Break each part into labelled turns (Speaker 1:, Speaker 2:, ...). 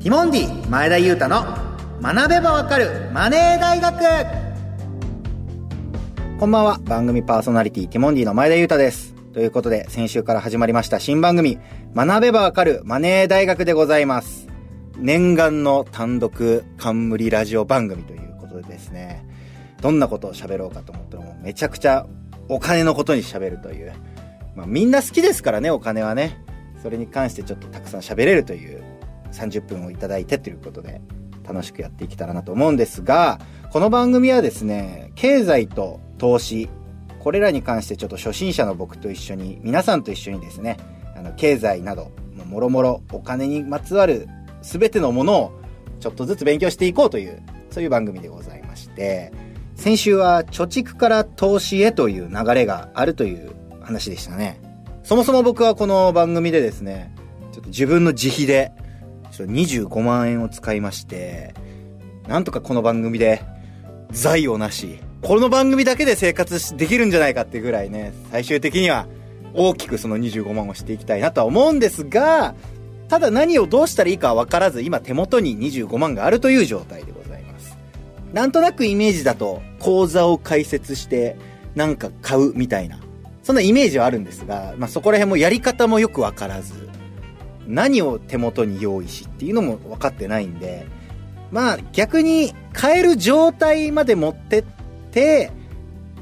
Speaker 1: ティモンディ前田裕太の学べばわかるマネー大学こんばんは番組パーソナリティティモンディの前田裕太ですということで先週から始まりました新番組学べばわかるマネー大学でございます念願の単独冠ラジオ番組ということでですねどんなことを喋ろうかと思ったらもうめちゃくちゃお金のことに喋るというまあみんな好きですからねお金はねそれに関してちょっとたくさん喋れるという30分をいただいてということで楽しくやっていけたらなと思うんですがこの番組はですね経済と投資これらに関してちょっと初心者の僕と一緒に皆さんと一緒にですねあの経済などもろもろお金にまつわる全てのものをちょっとずつ勉強していこうというそういう番組でございまして先週は貯蓄から投資へという流れがあるという話でしたねそもそも僕はこの番組でですねちょっと自分の自費でちょっと25万円を使いまして、なんとかこの番組で、財をなし、この番組だけで生活できるんじゃないかってぐらいね、最終的には大きくその25万をしていきたいなとは思うんですが、ただ何をどうしたらいいかは分からず、今手元に25万があるという状態でございます。なんとなくイメージだと、口座を開設して、なんか買うみたいな、そんなイメージはあるんですが、まあ、そこら辺もやり方もよく分からず、何を手元に用意しっていうのも分かってないんで、まあ逆に買える状態まで持ってって、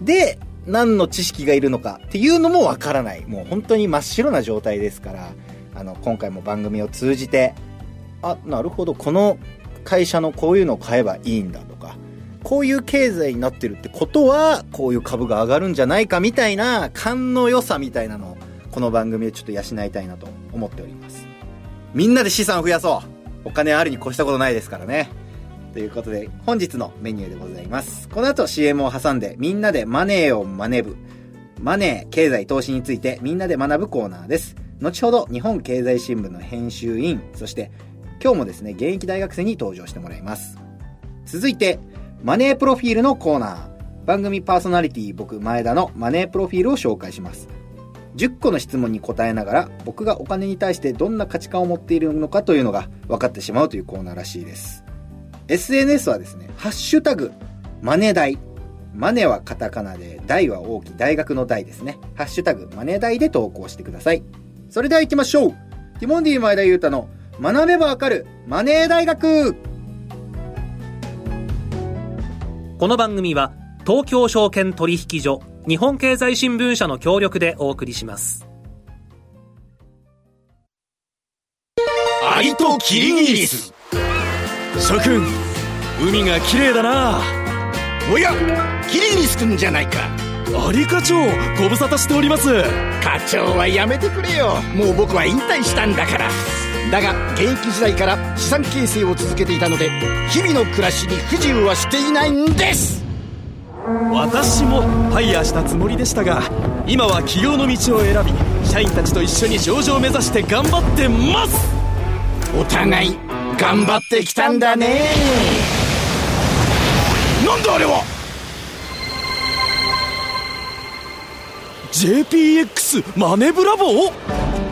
Speaker 1: で、何の知識がいるのかっていうのも分からない。もう本当に真っ白な状態ですから、あの、今回も番組を通じて、あ、なるほど、この会社のこういうのを買えばいいんだとか、こういう経済になってるってことは、こういう株が上がるんじゃないかみたいな、勘の良さみたいなのを、この番組でちょっと養いたいなと思っております。みんなで資産を増やそうお金あるに越したことないですからね。ということで、本日のメニューでございます。この後 CM を挟んで、みんなでマネーを学ぶ。マネー、経済、投資についてみんなで学ぶコーナーです。後ほど、日本経済新聞の編集委員、そして、今日もですね、現役大学生に登場してもらいます。続いて、マネープロフィールのコーナー。番組パーソナリティ僕、前田のマネープロフィールを紹介します。10個の質問に答えながら僕がお金に対してどんな価値観を持っているのかというのが分かってしまうというコーナーらしいです SNS はですね「ハッシュタグマネ大」マネはカタカナで大は大き大学の大ですね「ハッシュタグマネ大」で投稿してくださいそれでは行きましょうティモンディ前田裕太の学べばわかるマネー大学
Speaker 2: この番組は東京証券取引所日本経済新聞社の協力でお送りします
Speaker 3: アリとキリギリス諸君海が綺麗だな
Speaker 4: おやキリギリス君じゃないか
Speaker 3: アリ課長ご無沙汰しております
Speaker 4: 課長はやめてくれよもう僕は引退したんだからだが現役時代から資産形成を続けていたので日々の暮らしに不自由はしていないんです
Speaker 3: 私もファイヤーしたつもりでしたが今は起業の道を選び社員たちと一緒に上場を目指して頑張ってます
Speaker 4: お互い頑張ってきたんだね
Speaker 3: なんだあれは JPX マネブラボ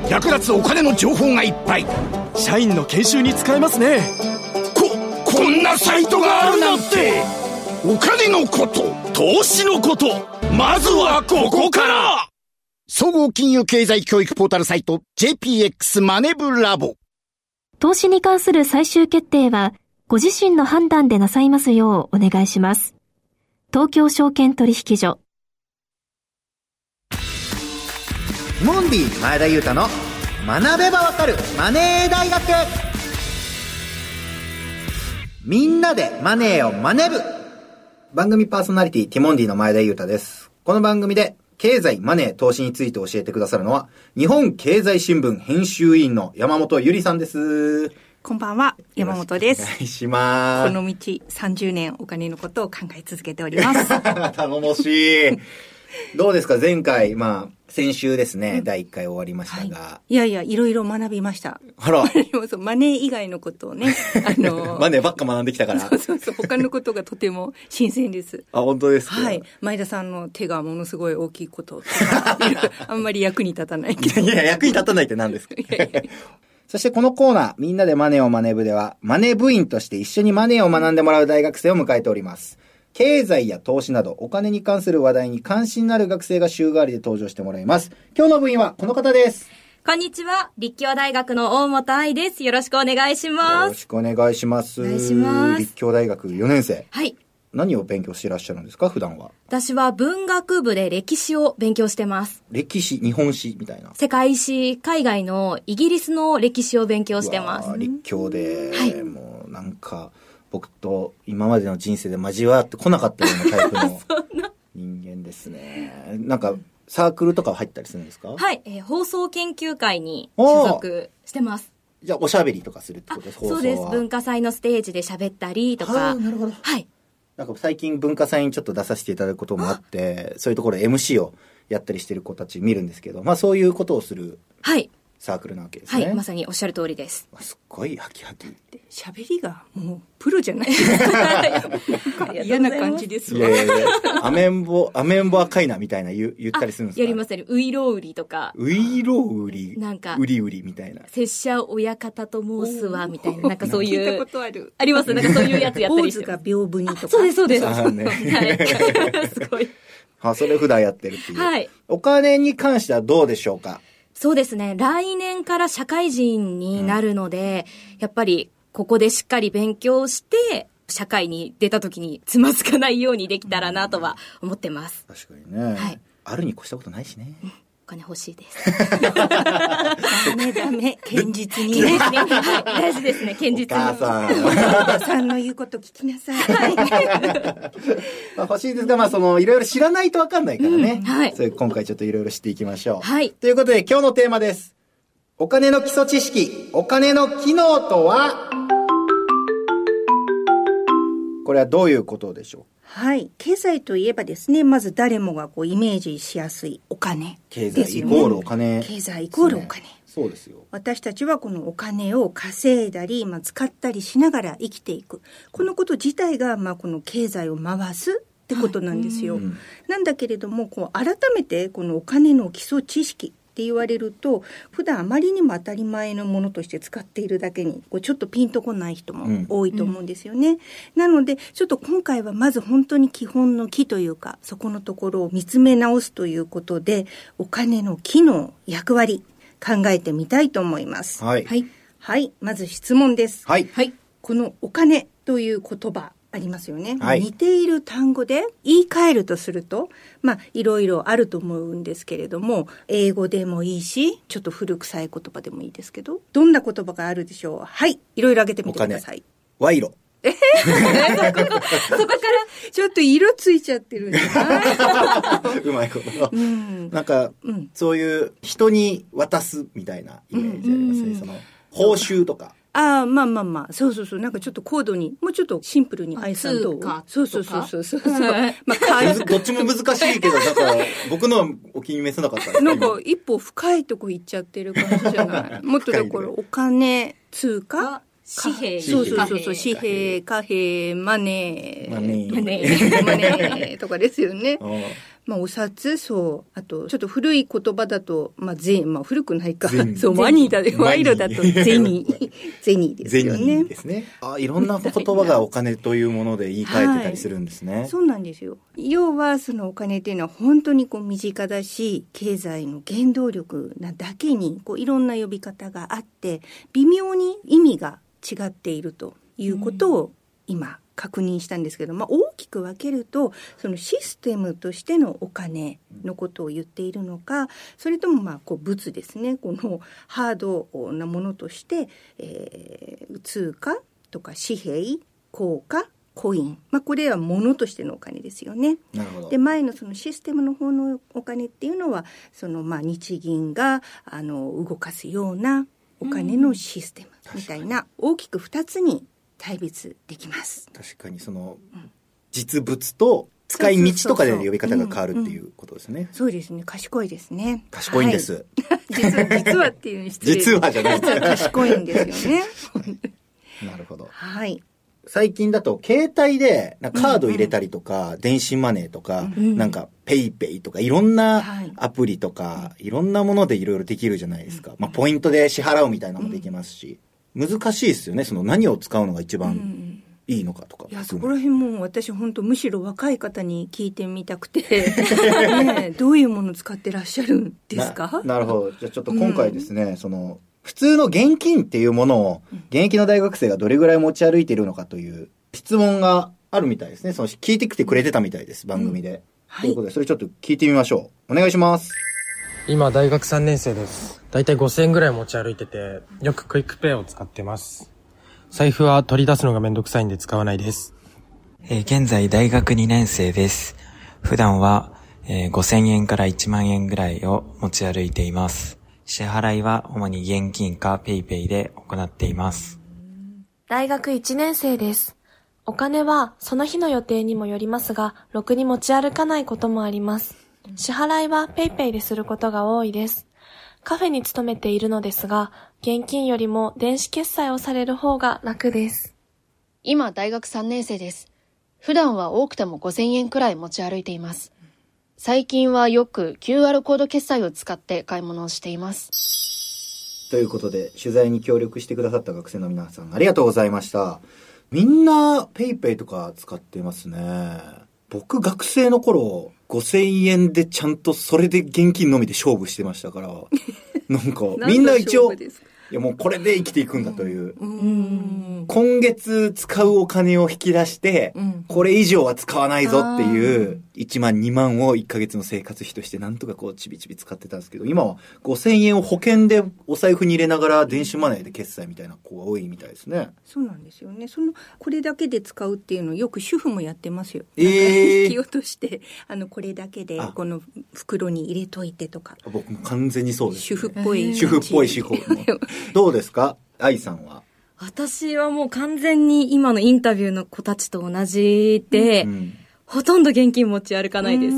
Speaker 4: 役立つお金の情報がいっぱい
Speaker 3: 社員の研修に使えますね
Speaker 4: ここんなサイトがあるなんてお金のこと
Speaker 3: 投資のことまずはここから
Speaker 4: 総合金融経済教育ポータルサイト JPX マネブラボ
Speaker 5: 投資に関する最終決定はご自身の判断でなさいますようお願いします東京証券取引所
Speaker 1: モンディ前田裕太の学べばわかるマネー大学みんなでマネーを学ぶ番組パーソナリティティモンディの前田裕太です。この番組で経済、マネー、投資について教えてくださるのは、日本経済新聞編集委員の山本ゆりさんです。
Speaker 6: こんばんは、山本です。。
Speaker 1: お願いします
Speaker 6: この道30年お金のことを考え続けております。、
Speaker 1: 頼もしい。どうですか前回、まあ、先週ですね、うん、第1回終わりましたが、はい
Speaker 6: いやいや、いろいろ学びました。
Speaker 1: あら。
Speaker 6: マネー以外のことをね、あ
Speaker 1: のー、マネーばっか学んできたから。
Speaker 6: そうそうそう、他のことがとても新鮮です。
Speaker 1: あ、本当です
Speaker 6: はい。前田さんの手がものすごい大きいことあんまり役に立たない
Speaker 1: ど。
Speaker 6: け
Speaker 1: いや、役に立たないって何ですかいやいやそしてこのコーナー、みんなでマネを学ぶでは、マネ部員として一緒にマネを学んでもらう大学生を迎えております。経済や投資など、お金に関する話題に関心のある学生が週替わりで登場してもらいます。今日の部員はこの方です。
Speaker 7: こんにちは。立教大学の大本愛です。よろしくお願いし
Speaker 1: よ
Speaker 7: ま
Speaker 1: ろ
Speaker 7: す。
Speaker 1: しくお願いします。
Speaker 7: お願いします
Speaker 1: 立教大学4年生。
Speaker 7: はい。
Speaker 1: 何を勉強していらっしゃるんですか、普段は。
Speaker 7: 私は文学部で歴史を勉強してます。
Speaker 1: 歴史、日本史みたいな。
Speaker 7: 世界史、海外のイギリスの歴史を勉強してま
Speaker 1: うわ
Speaker 7: す
Speaker 1: ー。立教で、
Speaker 7: はい
Speaker 1: もうなんか、僕と今までの人生で交わってこなかったようなタ イプの人間ですね。なんか、サークルとか入ったりするんですか
Speaker 7: はい、えー放送研究会に所属してます。
Speaker 1: じゃあ、おしゃべりとかするって
Speaker 7: あ
Speaker 1: ことです、放送
Speaker 7: そ
Speaker 1: は。
Speaker 7: うです。文化祭のステージで喋ったりと
Speaker 1: あ
Speaker 7: か
Speaker 1: ー。なるほど。
Speaker 7: はい。
Speaker 1: なんか最近文化祭にちょっと出させていただくこともあって、そういうところで MC をやったりしてる子たち見るんですけど、まあそういうことをする
Speaker 7: はい。
Speaker 1: サークルなわけです
Speaker 7: は
Speaker 1: ね。
Speaker 7: い。まさにおっしゃる通りです。
Speaker 1: すっごいハキ ハキ。い
Speaker 6: 喋りがもうプロじゃないですか。嫌な感じですわ
Speaker 1: やいやいや、アメンボ、アメンボ赤いなみたいな言う言ったりするんですか。
Speaker 7: やりますすやります。ういろうりとか、
Speaker 1: ウイロウリ、
Speaker 7: なんか
Speaker 1: ウリウリみたいな。
Speaker 7: 拙者親方と申すわ、みたいな、なんかそう
Speaker 6: 聞いた
Speaker 7: い
Speaker 6: こ
Speaker 7: う。
Speaker 6: とある。
Speaker 7: ありますなんかそういうやつやった
Speaker 6: 坊
Speaker 7: りし
Speaker 6: 主
Speaker 7: てます
Speaker 6: が屏風にとか。
Speaker 7: そうです、そうです。
Speaker 1: あーね
Speaker 7: はい。すごい。
Speaker 1: あ、それ普段やってるっていう。
Speaker 7: はい
Speaker 1: お金に関してはどうでしょうか
Speaker 7: そうですね。来年から社会人になるので、やっぱり、ここでしっかり勉強して、社会に出た時につまずかないようにできたらなとは思ってます。
Speaker 1: 確かにね。
Speaker 7: はい
Speaker 1: あるに越したことないしね。
Speaker 7: お金欲しい です。
Speaker 6: ダメダメ。堅実に。
Speaker 7: 大事ねはい。大事ですね。堅実に。
Speaker 1: お母さん。
Speaker 6: お母さんの言うこと聞きなさい。
Speaker 1: まあ、欲しいですが、まあ、その、いろいろ知らないとわかんないからね。
Speaker 7: うんはい
Speaker 1: それ今回ちょっといろいろ知っていきましょう。
Speaker 7: はい
Speaker 1: ということで、今日のテーマです。お金の基礎知識、お金の機能とはこれはどういうことでしょう
Speaker 6: はい。経済といえばですね、まず誰もがこうイメージしやすいお金
Speaker 1: 経
Speaker 6: です
Speaker 1: 済イ
Speaker 6: よね。
Speaker 1: コールお金、
Speaker 6: 経済イコールお金。
Speaker 1: そうですよ。
Speaker 6: 私たちはこのお金を稼いだり、まあ、使ったりしながら生きていく。このこと自体が、まあ、この経済を回すってことなんですよ。
Speaker 1: ん
Speaker 6: なんだけれども、こう、改めてこのお金の基礎知識って言われると、普段あまりにも当たり前のものとして使っているだけに、こうちょっとピンとこない人
Speaker 1: うん
Speaker 6: も多いと思うんですよね。なので、ちょっと今回はまず本当に基本の木というか、そこのところを見つめ直すということで、お金の機能、役割、考えてみたいと思います。
Speaker 1: はい。
Speaker 7: はい。
Speaker 6: はい、まず質問です。
Speaker 1: はい。
Speaker 7: はい。
Speaker 6: このお金という言葉ありますよね、
Speaker 1: はい
Speaker 6: 似ている単語で言い換えるとするとまあいろいろあると思うんですけれども英語でもいいしちょっと古臭い言葉でもいいですけどどんな言葉があるでしょうはいいろいろ挙げてみてください
Speaker 1: 賄賂。
Speaker 6: そこからちょっと色ついちゃってるんじ ゃな い
Speaker 1: うまいこと。
Speaker 6: うん
Speaker 1: なんか、
Speaker 6: うん
Speaker 1: そういう人に渡すみたいなイメージありますね。その、報酬とか。
Speaker 6: ああまあまあまあそうそうそうなんかちょっと高度にもうちょっとシンプルにあやさんどう
Speaker 7: 通貨とか
Speaker 6: そうそうそうそうそうそう
Speaker 7: はい
Speaker 6: まあ買
Speaker 1: む
Speaker 6: い
Speaker 1: ずどっちも難しいけど、なんか、僕のはお気に召さなかったです
Speaker 6: なんか一歩深いとこ行っちゃってる感じじゃないもっとだか
Speaker 1: 深い
Speaker 6: ら
Speaker 1: ね
Speaker 6: お金、通貨、
Speaker 7: 紙幣、
Speaker 6: そうそうそうそう、
Speaker 7: 紙幣
Speaker 6: 紙幣、貨幣、マネー。
Speaker 1: マネー
Speaker 6: マネー。マネーとかですよね。
Speaker 1: うん
Speaker 6: まあお札、そう。あと、ちょっと古い言葉だと、まあ銭、まあ古くないか
Speaker 1: 銭。
Speaker 6: そう、マニーだで、
Speaker 1: マ
Speaker 6: 賄
Speaker 1: ニー
Speaker 6: 賂だと銭。銭ですよね
Speaker 1: 銭。ですね。あ、いろんな言葉がお金というもので言い換えてたりするんですね。
Speaker 6: そうなんですよ。要はそのお金っていうのは本当にこう身近だし、経済の原動力なだけに、こういろんな呼び方があって、微妙に意味が違っているということを今確認したんですけど、まあ大きく分けると、そのシステムとしてのお金のことを言っているのか、それともまあこう物ですね、このハードなものとして、えー通貨とか紙幣、硬貨、コイン、まあ、これは物としてのお金ですよね。
Speaker 1: なるほど
Speaker 6: で。前のそのシステムの方のお金っていうのはそのまあ日銀があの動かすようなお金のシステムみたいな大きく2つに対別できます。
Speaker 1: 確かにその、実物と使い道とかで呼び方が変わるっていうことですね。
Speaker 6: そうですね賢いですね。
Speaker 1: 賢いんで
Speaker 6: は
Speaker 1: す。
Speaker 6: い。実は実はって いうのに失礼
Speaker 1: 実はじゃない
Speaker 6: 実は賢いんですよね。
Speaker 1: なるほど。
Speaker 6: はい。
Speaker 1: 最近だと携帯でなんかカード入れたりとか、電子マネーとか、
Speaker 7: ん
Speaker 1: なんかペイペイとかいろんな
Speaker 6: はい
Speaker 1: アプリとか、いろんなものでいろいろできるじゃないですか。まあポイントで支払うみたいなのもできますし、難しいですよね。その何を使うのが一番いいのかとか
Speaker 6: いや、そ
Speaker 1: 含
Speaker 6: こ
Speaker 1: め。
Speaker 6: ら辺もう私本当むしろ若い方に聞いてみたく て、ねえどういうもの使ってらっしゃるんですか
Speaker 1: ななるほど。じゃあちょっと今回ですね、その、普通の現金っていうものを、現役の大学生がどれぐらい持ち歩いているのかという質問があるみたいですね。その、聞いてきてくれてたみたいです、番組で。
Speaker 6: は
Speaker 1: と
Speaker 6: い
Speaker 1: いうことで、それちょっと聞いてみましょう。お願いします。
Speaker 8: 今大学3年生です。だいたい5000円ぐらい持ち歩いてて、よくクイックペイを使ってます。財布は取り出すのがめんどくさいんで使わないです。
Speaker 9: えー現在大学2年生です。普段は、えー5000円から1万円ぐらいを持ち歩いています。支払いは主に現金か PayPay ペイペイで行っています。
Speaker 10: 大学1年生です。お金はその日の予定にもよりますが、ろくに持ち歩かないこともあります。支払いは PayPay ですることが多いです。カフェに勤めているのですが、現金よりも電子決済をされる方が楽です。
Speaker 11: 今大学3年生です。普段は多くても5000円くらい持ち歩いています。最近はよく QR コード決済を使って買い物をしています。
Speaker 1: ということで、取材に協力してくださった学生の皆さん、ありがとうございました。みんな、ペイペイとか使ってますね。僕、学生の頃、5000円でちゃんとそれで現金のみで勝負してましたから、なんか、みんな一応、
Speaker 6: 何の勝負
Speaker 1: い
Speaker 6: ですか
Speaker 1: やもうこれで生きていくんだという。
Speaker 6: うん。
Speaker 1: 今月使うお金を引き出して、
Speaker 6: うん
Speaker 1: これ以上は使わないぞっていう、1万2万を1ヶ月の生活費としてなんとかこうちびちび使ってたんですけど、今は5000円を保険でお財布に入れながら電子マネーで決済みたいな子が多いみたいですね。
Speaker 6: そうなんですよね。その、これだけで使うっていうのをよく主婦もやってますよ。
Speaker 1: えー
Speaker 6: なんか引き落として、 あの、これだけで
Speaker 1: あ、
Speaker 6: この袋に入れといてとか、
Speaker 1: 僕も完全にそうです、
Speaker 6: 主
Speaker 1: ね。
Speaker 6: 婦っぽい。
Speaker 1: 主婦っぽい手 法。どうですか愛さんは。
Speaker 7: 私はもう完全に今のインタビューの子たちと同じで、
Speaker 1: うん
Speaker 7: ほとんど現金持ち歩かないです。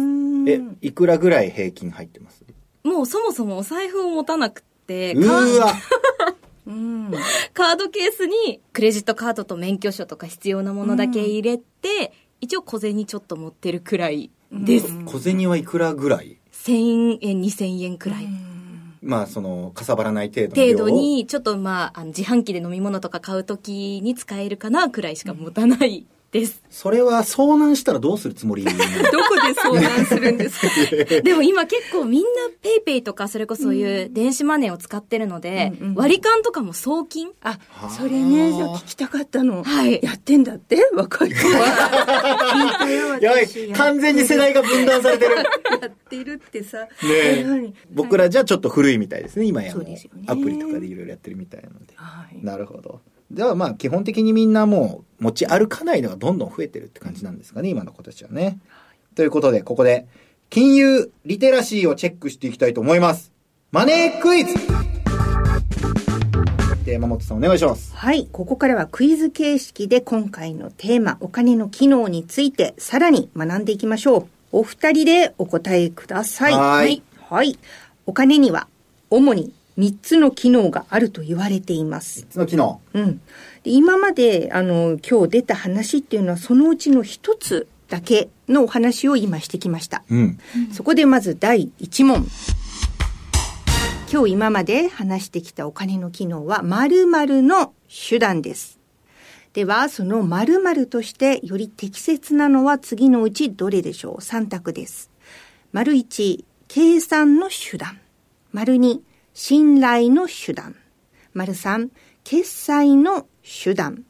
Speaker 1: え、いくらぐらい平均入ってます
Speaker 7: もうそもそもお財布を持たなくて、
Speaker 1: うーわ
Speaker 6: うん。
Speaker 7: カードケースにクレジットカードと免許証とか必要なものだけ入れて、一応小銭ちょっと持ってるくらいです。
Speaker 1: 小銭はいくらぐらい
Speaker 7: 1000円、2000円くらい。
Speaker 1: まあその、かさばらない程度の量
Speaker 7: 程
Speaker 1: を
Speaker 7: 度に、ちょっとまあ、あの自販機で飲み物とか買うときに使えるかなくらいしか持たないです。
Speaker 1: それは遭難したらどうするつも り
Speaker 6: どこで相談するんですか
Speaker 7: でも今結構みんなペイペイとかそれこそいう電子マネーを使ってるので、割り勘とかも送金
Speaker 6: あ、それね、じゃあ聞きたかったの。
Speaker 7: はい
Speaker 6: やってんだって若い子 は。聞いたよ、私。
Speaker 1: やばい、完全に世代が分断され てる。ね
Speaker 6: やってるってさ。ね
Speaker 1: え僕らじゃちょっと古いみたいですね、今やもう
Speaker 6: そうですよね
Speaker 1: アプリとかでいろいろやってるみたいなので。
Speaker 6: はい。
Speaker 1: なるほど。ではまあ基本的にみんなもう持ち歩かないのがどんどん増えてるって感じなんですかね、今の子たちはね。ということで、ここで金融リテラシーをチェックしていきたいと思います。マネークイズで、山本さんお願いします。
Speaker 6: はい。ここからはクイズ形式で今回のテーマ、お金の機能についてさらに学んでいきましょう。お二人でお答えください。
Speaker 1: はーい
Speaker 6: はい。お金には主に三つの機能があると言われています。
Speaker 1: その機能。
Speaker 6: うん。で今まで、あの、今日出た話っていうのはそのうちの一つだけのお話を今してきました。
Speaker 1: うん。
Speaker 6: そこでまず第1問。今日今まで話してきたお金の機能は〇〇の手段です。では、その〇〇としてより適切なのは次のうちどれでしょう ?3 択です。丸1、計算の手段。丸2、信頼の手段。丸3、決済の手段。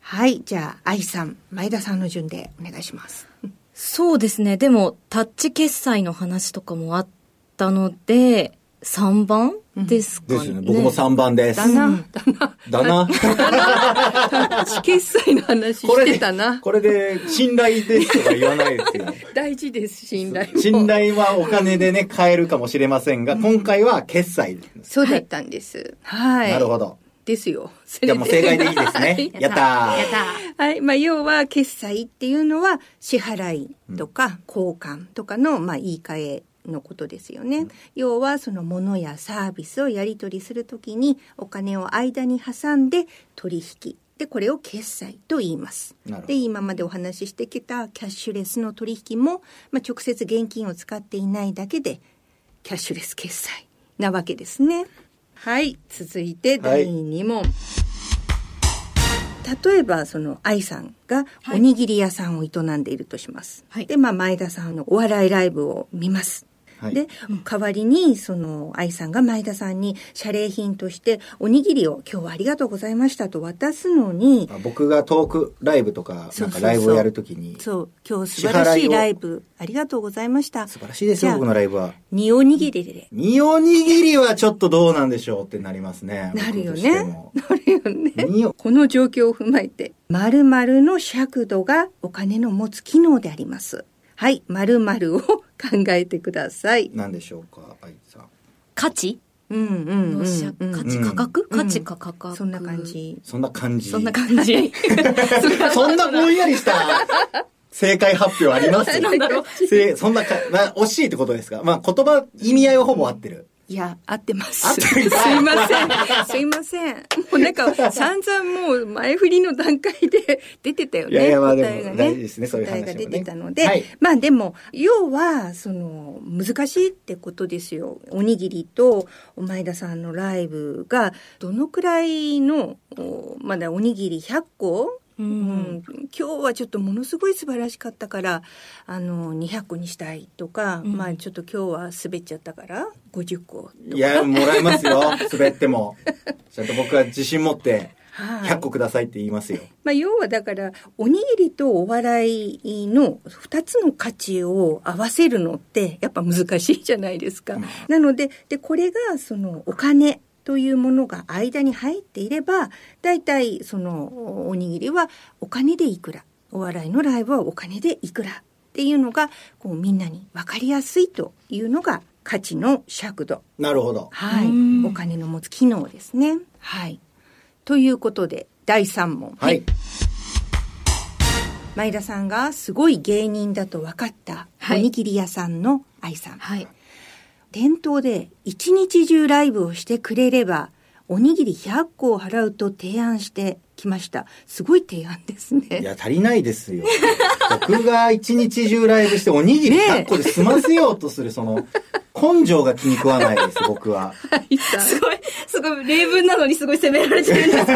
Speaker 6: はい、じゃあ、愛さん、前田さんの順でお願いします。
Speaker 7: そうですね。でも、タッチ決済の話とかもあったので、3番ですか
Speaker 1: で
Speaker 7: ね。
Speaker 1: すよね。僕も3番です。
Speaker 6: だな、だな。
Speaker 1: だな。
Speaker 6: 私決済の話してたな。
Speaker 1: これで、信頼ですとか言わないです よ。
Speaker 6: 大事です、信頼も。
Speaker 1: 信頼はお金でね、買えるかもしれませんが、今回は決済です。
Speaker 6: そうだったんです。はい。
Speaker 1: なるほど。
Speaker 6: ですよ。そ
Speaker 1: じゃあもう正解でいいですね。 やったー。
Speaker 6: はい。まあ、要は、決済っていうのは、支払いとか、交換とかの、まあ、言い換えのことですよね。要は、その物やサービスをやり取りするときに、お金を間に挟んで、取引。で、これを決済と言います。
Speaker 1: なるほど
Speaker 6: で、今までお話ししてきたキャッシュレスの取引も、まあ、直接現金を使っていないだけで、キャッシュレス決済なわけですね。はい、続いて第2問。例えば、その、愛さんがおにぎり屋さんを営んでいるとします。で、まあ、前田さんのお笑いライブを見ます。
Speaker 1: はい
Speaker 6: で、代わりに、その、愛さんが前田さんに謝礼品として、おにぎりを今日はありがとうございましたと渡すのに、
Speaker 1: あ僕がトークライブとか、
Speaker 6: そ
Speaker 1: な
Speaker 6: うん
Speaker 1: か
Speaker 6: そうそう
Speaker 1: ライブをやるときに、素
Speaker 6: そう、今日素晴ら
Speaker 1: 支払
Speaker 6: し
Speaker 1: い
Speaker 6: い
Speaker 1: を
Speaker 6: ライブ、ありがとうございました。素
Speaker 1: 晴らしいですよ、僕のライブは。
Speaker 6: におにぎりで。
Speaker 1: におにぎりはちょっとどうなんでしょうってなりますね。
Speaker 6: なるよね
Speaker 1: 僕としても
Speaker 6: この状況を踏まえて、〇〇の尺度がお金の持つ機能であります。はい、〇〇を考えてください。
Speaker 1: 何でしょうか、愛さん。
Speaker 7: 価値
Speaker 6: うんうんうん、
Speaker 7: の尺
Speaker 6: うん
Speaker 7: 価
Speaker 1: う
Speaker 7: 値
Speaker 1: ん
Speaker 7: 価格
Speaker 6: うん
Speaker 7: 価値か価格。
Speaker 6: そんな感じ。
Speaker 1: そんな感じ。
Speaker 7: そんな感じ。
Speaker 1: そんなぼんやりした正解発表あり ます
Speaker 7: なんだろう
Speaker 1: せそんなかな、惜しいってことですかまあ言葉、意味合いはほぼ合ってる。
Speaker 6: いや、合ってます。
Speaker 1: 合ってるかい
Speaker 6: すいま せん。すいません。もうなんか、散々もう前振りの段階で 出てたよね。
Speaker 1: いやいやまあでも
Speaker 6: 答えが
Speaker 1: 大事ですねそういう話
Speaker 6: 答え
Speaker 1: もね
Speaker 6: が出てたので。
Speaker 1: はい
Speaker 6: まあでも、要は、その、難しいってことですよ。おにぎりと、お前田さんのライブが、どのくらいの、おまだおにぎり100個うん、今日はちょっとものすごい素晴らしかったからあの200個にしたいとか、まあちょっと今日は滑っちゃったから50個
Speaker 1: いや、もらいますよ。 滑っても。ちゃんと僕は自信持って、
Speaker 6: はい
Speaker 1: 100個くださいって言いますよ。
Speaker 6: まあ、要はだからおにぎりとお笑いの2つの価値を合わせるのってやっぱ難しいじゃないですか。なのででこれがそのお金というものが間に入っていれば大体そのおにぎりはお金でいくらお笑いのライブはお金でいくらっていうのがこうみんなに分かりやすいというのが価値の尺度
Speaker 1: なるほど。
Speaker 6: はい、お金の持つ機能ですね。はい、ということで第3問、
Speaker 1: はい。
Speaker 6: 前田さんがすごい芸人だと分かったお
Speaker 7: はい
Speaker 6: にぎり屋さんの愛さん、
Speaker 7: はい。
Speaker 6: 店頭で一日中ライブをしてくれればおにぎり100個を払うと提案してきましたすごい提案です
Speaker 1: い
Speaker 6: ね
Speaker 1: や、足りないですよ。僕が一日中ライブしておにぎり100個で済ませようとする、その、根性が気に食わないです、僕は。
Speaker 7: すごい、すごい、例文なのにすごい責められてるんです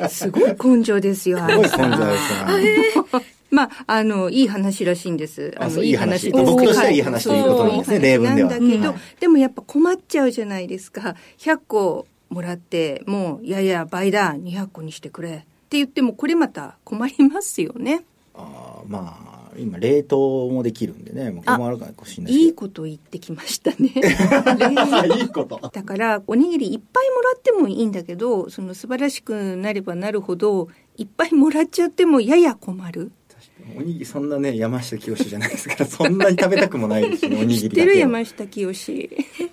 Speaker 7: け
Speaker 6: すごい根性ですよ
Speaker 1: すごい
Speaker 6: 愛
Speaker 1: 根性
Speaker 6: さん
Speaker 1: 愛さん。
Speaker 6: まあ、あの、いい話らしいんです。
Speaker 1: あ
Speaker 6: の
Speaker 1: そういい話僕としてはいい話ということなんですね
Speaker 6: そう
Speaker 1: 例文では
Speaker 6: なんだけど、
Speaker 1: うん
Speaker 6: でもやっぱ困っちゃうじゃないですか。100個もらって、もう、いやいや、倍だ、200個にしてくれ。って言っても、これまた困りますよね。
Speaker 1: あーまあ、今、冷凍もできるんでね、もうこれもあるかもしれない
Speaker 6: いい
Speaker 1: です
Speaker 6: こと言ってきましたね。
Speaker 1: けど。いいこと。
Speaker 6: だから、おにぎりいっぱいもらってもいいんだけど、その素晴らしくなればなるほど、いっぱいもらっちゃってもやや困る。
Speaker 1: おにぎり、そんなね、山下清じゃないですから、そんなに食べたくもないですね、おにぎり
Speaker 6: 知
Speaker 1: だ
Speaker 6: っ
Speaker 1: け
Speaker 6: てる
Speaker 1: は
Speaker 6: 山下清。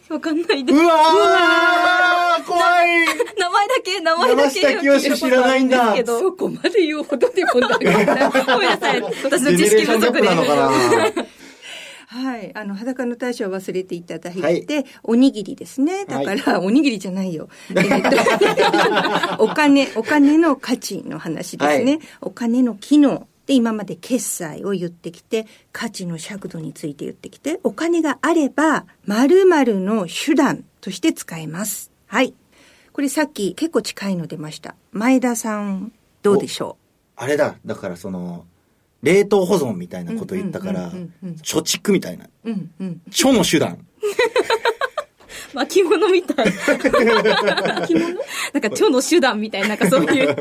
Speaker 7: ど。わかんないで
Speaker 1: う
Speaker 7: す。
Speaker 1: わー怖い
Speaker 7: 名前だけ、名前だけ。
Speaker 1: 山下清知らないんだ
Speaker 7: けど
Speaker 6: そこまで言うほどで もない。
Speaker 7: ごめんなさい。私の
Speaker 1: ジェネ
Speaker 7: 知
Speaker 1: レ
Speaker 7: 識
Speaker 1: ーショ
Speaker 7: 不
Speaker 1: ンギャップ
Speaker 7: 足で
Speaker 1: な。のか な
Speaker 6: はい、あの裸の大将を忘れていただいて、
Speaker 1: はい
Speaker 6: おにぎりですね。だから、おにぎりじゃないよ。えーっとお金、お金の価値の話ですね。
Speaker 1: は
Speaker 6: お金の機能。で、今まで決済を言ってきて、価値の尺度について言ってきて、お金があれば、〇〇の手段として使えます。はい。これさっき結構近いの出ました。前田さん、どうでしょ
Speaker 1: あれだ、だからその、冷凍保存みたいなこと言ったから、
Speaker 6: うんうんうんうんうん
Speaker 1: 貯蓄みたいな。
Speaker 6: ううんうん。
Speaker 1: 貯の手段。
Speaker 7: 巻物みたい。巻物 なんか、蝶の手段みたいな、なんかそういう。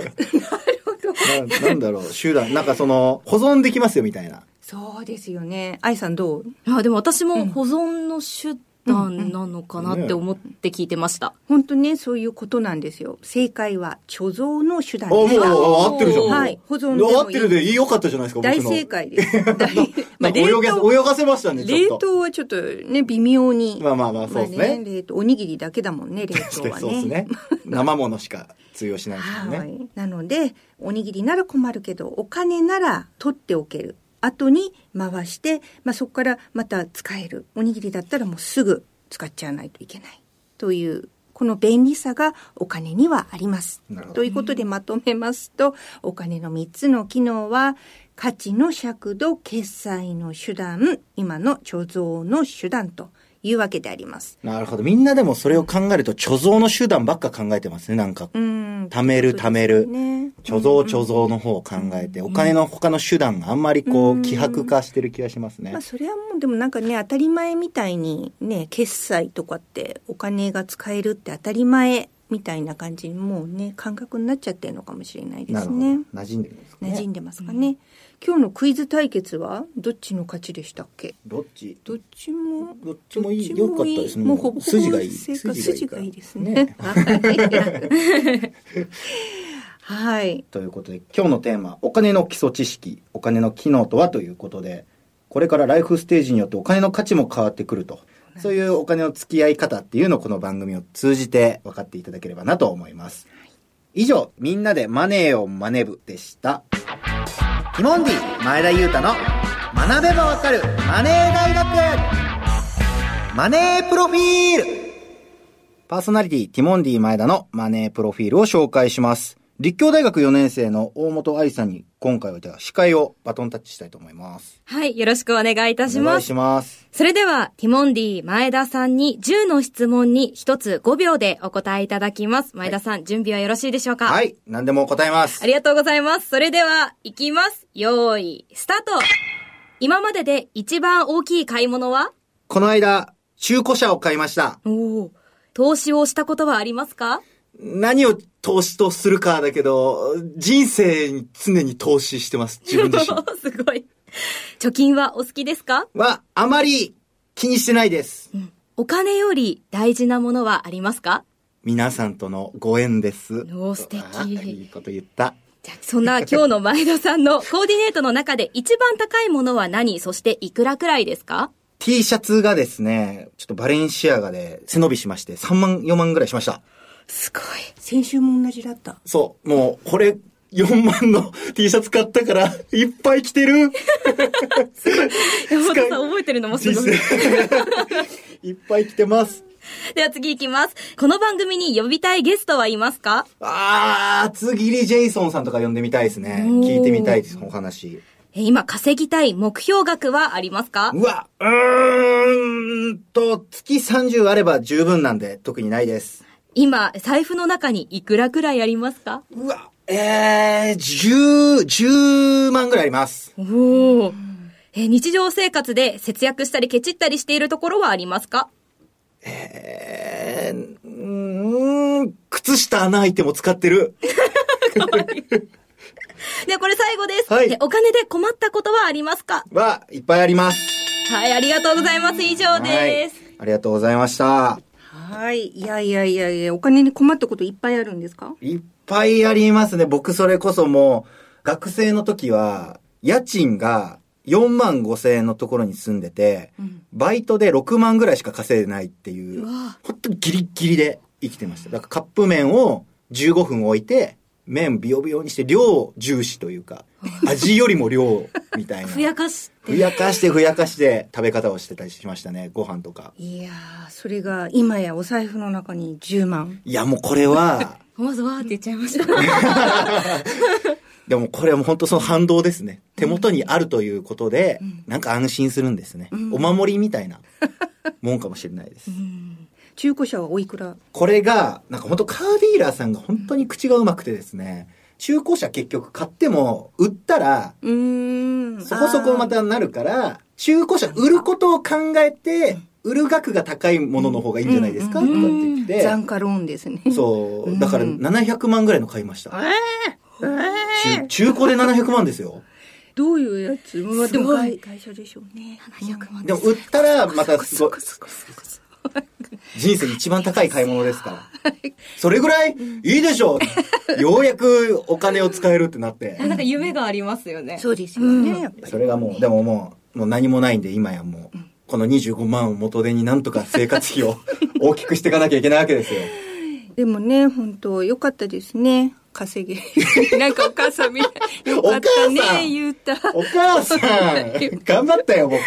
Speaker 1: ななんだろう、手段。なんかその、保存できますよみたいな。
Speaker 6: そうですよね。愛さんどう
Speaker 7: あ、でも私も保存の手段なのかなって思って聞いてました。
Speaker 6: 本当ね、そういうことなんですよ。正解は貯蔵の手段
Speaker 1: あ、も
Speaker 6: で
Speaker 1: う、
Speaker 6: す。
Speaker 1: あ合ってるじゃん。
Speaker 6: はい保存でもいい
Speaker 1: 合ってるでいいよかったじゃないですか、僕の
Speaker 6: 大正 解です。大
Speaker 1: なんか泳
Speaker 6: 冷凍
Speaker 1: げ、泳がせましたね、
Speaker 6: 冷
Speaker 1: ちょっと。
Speaker 6: 凍はちょっとね、微妙に。
Speaker 1: まあまあまあそうですね
Speaker 6: 冷凍おにぎりだけだもんね、冷凍
Speaker 1: 確か
Speaker 6: は
Speaker 1: に
Speaker 6: ね。
Speaker 1: そうですね。生ものしか通用しないですよ
Speaker 6: は
Speaker 1: ね。
Speaker 6: い。なので、おにぎりなら困るけど、お金なら取っておける。後に回して、まあ、そこからまた使える。おにぎりだったらもうすぐ使っちゃわないといけない。というこの便利さがお金にはあります
Speaker 1: なるほ。ど
Speaker 6: ということでまとめますと、お金の3つの機能は、価値の尺度、決済の手段、今の貯蔵の手段というわけであります。
Speaker 1: なるほど。みんなでもそれを考えると、貯蔵の手段ばっか考えてますね、なんか。
Speaker 6: うん。
Speaker 1: 貯める貯める。
Speaker 6: ね。
Speaker 1: 貯蔵貯蔵の方を考えて、お金の他の手段があんまりこう、希薄化してる気がしますね
Speaker 6: まあ、。それはもうでもなんかね当たり前みたいにね決済とかってお金が使えるって当たり前みたいな感じにもうね感覚になっちゃってるのかもしれないで
Speaker 1: なる
Speaker 6: す
Speaker 1: ほど。
Speaker 6: ね
Speaker 1: 馴染んでるんですか
Speaker 6: 馴染
Speaker 1: ね。
Speaker 6: んでますかね、今日のクイズ対決はどっちの勝ちでしたっけ
Speaker 1: どっち
Speaker 6: どっちも
Speaker 1: どっちもいい
Speaker 6: ど
Speaker 1: 良かったですね
Speaker 6: もうほぼほぼ
Speaker 1: 筋がいい
Speaker 6: 正解
Speaker 1: 筋
Speaker 6: 筋
Speaker 1: が
Speaker 6: が
Speaker 1: いい
Speaker 6: いい
Speaker 1: か
Speaker 6: で
Speaker 1: ら
Speaker 6: すねはいはい
Speaker 1: ということで、今日のテーマ、お金の基礎知識、お金の機能とはということで、これからライフステージによってお金の価値も変わってくると。そういうお金の付き合い方っていうのをこの番組を通じて分かっていただければなと思います。以上、みんなでマネーを学ぶでした。ティモンディ前田裕太の学べばわかるマネー大学マネープロフィールパーソナリティ、ティモンディ前田のマネープロフィールを紹介します。立教大学4年生の大本愛さんに今回はじゃあ司会をバトンタッチしたいと思います。
Speaker 7: はい、よろしくお願いいたし
Speaker 1: お願
Speaker 7: ま
Speaker 1: い
Speaker 7: す
Speaker 1: し。ます。
Speaker 7: それでは、ティモンディ前田さんに10の質問に1つ5秒でお答えいただきます。前田さん、準備はよろしいでしょうか
Speaker 1: はい、何でも答えます。
Speaker 7: ありがとうございます。それでは、いきます。用意、スタート今までで一番大きい買い物は
Speaker 1: この間、中古車を買いました。
Speaker 7: おお。投資をしたことはありますか
Speaker 1: 何を投資とするかだけど、人生に常に投資してます、自分自身。
Speaker 7: おすごい。貯金はお好きですか
Speaker 1: は、あまり気にしてないです。
Speaker 7: お金より大事なものはありますか
Speaker 1: 皆さんとのご縁です。
Speaker 7: おー素敵
Speaker 1: あいいこと言った。
Speaker 7: じゃあそんな今日の前田さんのコーディネートの中で一番高いものは何そしていくらくらいですか
Speaker 1: T シャツがですね、ちょっとバレンシアガで背伸びしまして、3万、4万ぐらいしました。
Speaker 7: すごい。
Speaker 6: 先週も同じだった
Speaker 1: そう、もう、これ、4万の T シャツ買ったから、いっぱい着てる
Speaker 7: 山本さん覚えてるのもす ごい。
Speaker 1: いっぱい着てます。
Speaker 7: では次行きます。この番組に呼びたいゲストはいますか
Speaker 1: あー、厚切りジェイソンさんとか呼んでみたいですね。
Speaker 7: おー
Speaker 1: 聞いてみたいです、お話。
Speaker 7: え今稼ぎたい目標額はありますか
Speaker 1: うわ、うーんと、月30あれば十分なんで、特にないです。
Speaker 7: 今、財布の中にいくらくらいありますか
Speaker 1: うわ、えー、10、10万ぐらいあります。
Speaker 7: おお。え日常生活で節約したりケチったりしているところはありますか
Speaker 1: えー、うーん、靴下穴開いても使ってる。
Speaker 7: ではこれ最後です。
Speaker 1: はい
Speaker 7: でお金で困ったことはありますか
Speaker 1: は、いっぱいあります。
Speaker 7: はい、ありがとうございます。以上です。
Speaker 1: はい。ありがとうございました。
Speaker 6: はいいやいやいやいやお金に困ったこといっぱいあるんですか
Speaker 1: いっぱいありますね。僕それこそもう、学生の時は、家賃が4万5千円のところに住んでて、バイトで6万ぐらいしか稼いでないっていう、本当にギリッギリで生きてました。だからカップ麺を15分置いて、麺ビヨビヨにして、量重視というか、味よりも量みたいな。
Speaker 7: ふやかし。
Speaker 1: ふやかしてふやかして食べ方をしてたりしましたね。ご飯とか。
Speaker 6: いやーそれが今やお財布の中に10万
Speaker 1: いやもうこれ は、
Speaker 7: 思わずわーって言っちゃいました。
Speaker 1: でもこれはもう本当その反動ですね。手元にあるということで、なんか安心するんですね。お守りみたい なもんかもしれないです。
Speaker 6: 中古車はおいくら
Speaker 1: これが、なんか本当カーディーラーさんが本当に口がうまくてですね、中古車結局買っても売ったら、
Speaker 6: うーん
Speaker 1: そこそこまたなるから、中古車売ることを考えて、売る額が高いものの方がいいんじゃないですか、
Speaker 6: うん
Speaker 1: とかって言って。
Speaker 6: 残価ローンですね
Speaker 1: そう。だから
Speaker 6: うん
Speaker 1: 700万ぐらいの買いました。中中古で700万ですよ。
Speaker 6: どういうやつまあでも
Speaker 7: すご
Speaker 6: 会
Speaker 7: い
Speaker 6: 会社でしょうね
Speaker 7: 700万
Speaker 1: でも売ったらまたすごい。人生一番高い買い物ですから。それぐらいいいでしょう。ようやくお金を使えるってなって。
Speaker 7: なんか夢がありますよね。
Speaker 6: そうですよね、やっぱり
Speaker 1: それがもう、でももう、もう何もないんで今やもう、この25万を元手になんとか生活 費を大きくしていかなきゃいけないわけですよ。
Speaker 6: でもね本当良かったですね稼げ る。なんかお母さんみたい。よか
Speaker 1: お
Speaker 6: った
Speaker 1: 母さん
Speaker 6: ね、言うた。
Speaker 1: お母さん頑張ったよ、僕。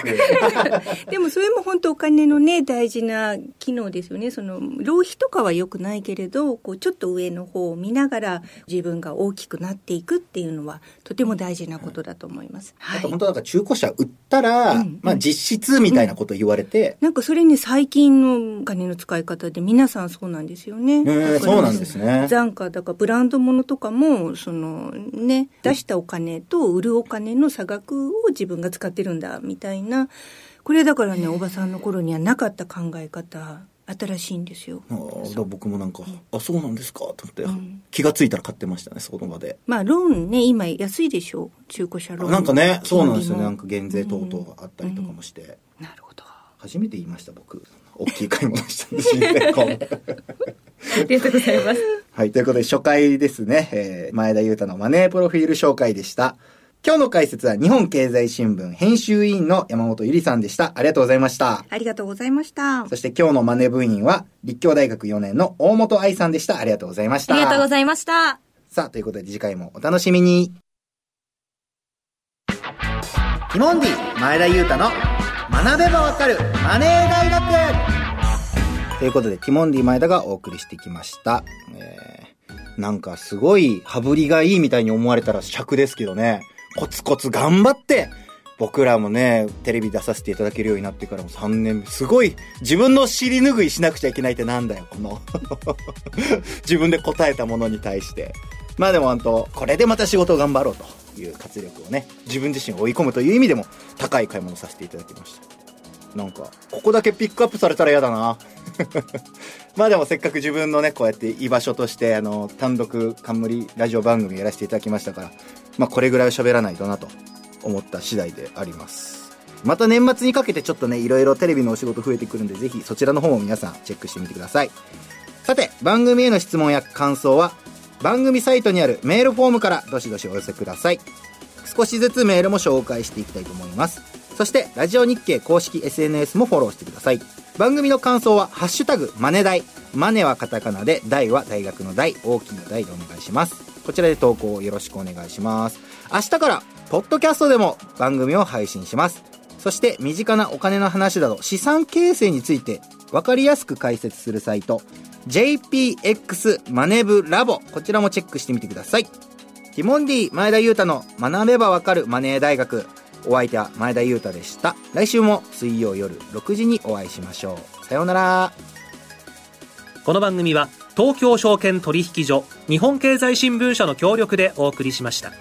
Speaker 6: でもそれも本当お金のね、大事な機能ですよね。その、浪費とかは良くないけれど、こう、ちょっと上の方を見ながら自分が大きくなっていくっていうのは、とても大事なことだと思います。
Speaker 1: なんか本当なんか中古車売ったら、まあ実質みたいなこと言われて、
Speaker 6: なんかそれね、最近のお金の使い方で皆さんそうなんですよね。
Speaker 1: へえそうなんですね
Speaker 6: 残価、だからブランド物とかも、そのね、出したお金と売るお金の差額を自分が使ってるんだ、みたいな。これだからね、おばさんの頃にはなかった考え方、新しいんですよ。
Speaker 1: あーだから僕もなんか、あ、そうなんですかと思って、気がついたら買ってましたね、その場で。
Speaker 6: まあ、ローンね、今安いでしょう。中古車ローン。
Speaker 1: なんかね、そうなんですよね。なん
Speaker 6: 金利も
Speaker 1: か減税等々があったりとかもして。なるほど。初めて言いました、僕。大きい買い物したんですよねこう
Speaker 7: ありがとうございます。
Speaker 1: はい、ということで初回ですね、えー前田裕太のマネープロフィール紹介でした。今日の解説は日本経済新聞編集委員の山本ゆりさんでした。ありがとうございました。
Speaker 6: ありがとうございました。
Speaker 1: そして今日のマネ部員は、立教大学4年の大本愛さんでした。ありがとうございました。
Speaker 7: ありがとうございました。
Speaker 1: さあ、ということで次回もお楽しみに。ティモンディ、前田裕太の学べばわかるマネー大学ということで、ティモンディ前田がお送りしてきました。えー、なんかすごい羽振りがいいみたいに思われたら尺ですけどね、コツコツ頑張って、僕らもね、テレビ出させていただけるようになってからも3年目、すごい、自分の尻拭いしなくちゃいけないってなんだよ、この。 自分で答えたものに対して。まあでも本当、これでまた仕事を頑張ろうという活力をね、自分自身を追い込むという意味でも高い買い物をさせていただきました。なんか、ここだけピックアップされたら嫌だな。まあでもせっかく自分のね、こうやって居場所として、あの、単独冠ラジオ番組やらせていただきましたから、まあこれぐらいは喋らないとなと思った次第であります。また年末にかけてちょっとね、いろいろテレビのお仕事増えてくるんで、ぜひそちらの方も皆さんチェックしてみてください。さて、番組への質問や感想は、番組サイトにあるメールフォームからどしどしお寄せください。少しずつメールも紹介していきたいと思います。そして、ラジオ日経公式 SNS もフォローしてください。番組の感想は、ハッシュタグ、マネ大。マネはカタカナで、大は大学の大、大きな大でお願いします。こちらで投稿をよろしくお願いします。明日から、ポッドキャストでも番組を配信します。そして、身近なお金の話など、資産形成について、わかりやすく解説するサイト、JPX マネブラボ。こちらもチェックしてみてください。ティモンディ前田裕太の学べばわかるマネー大学お相手は前田裕太でした来週も水曜夜6時にお会いしましょうさようなら
Speaker 2: この番組は東京証券取引所日本経済新聞社の協力でお送りしました。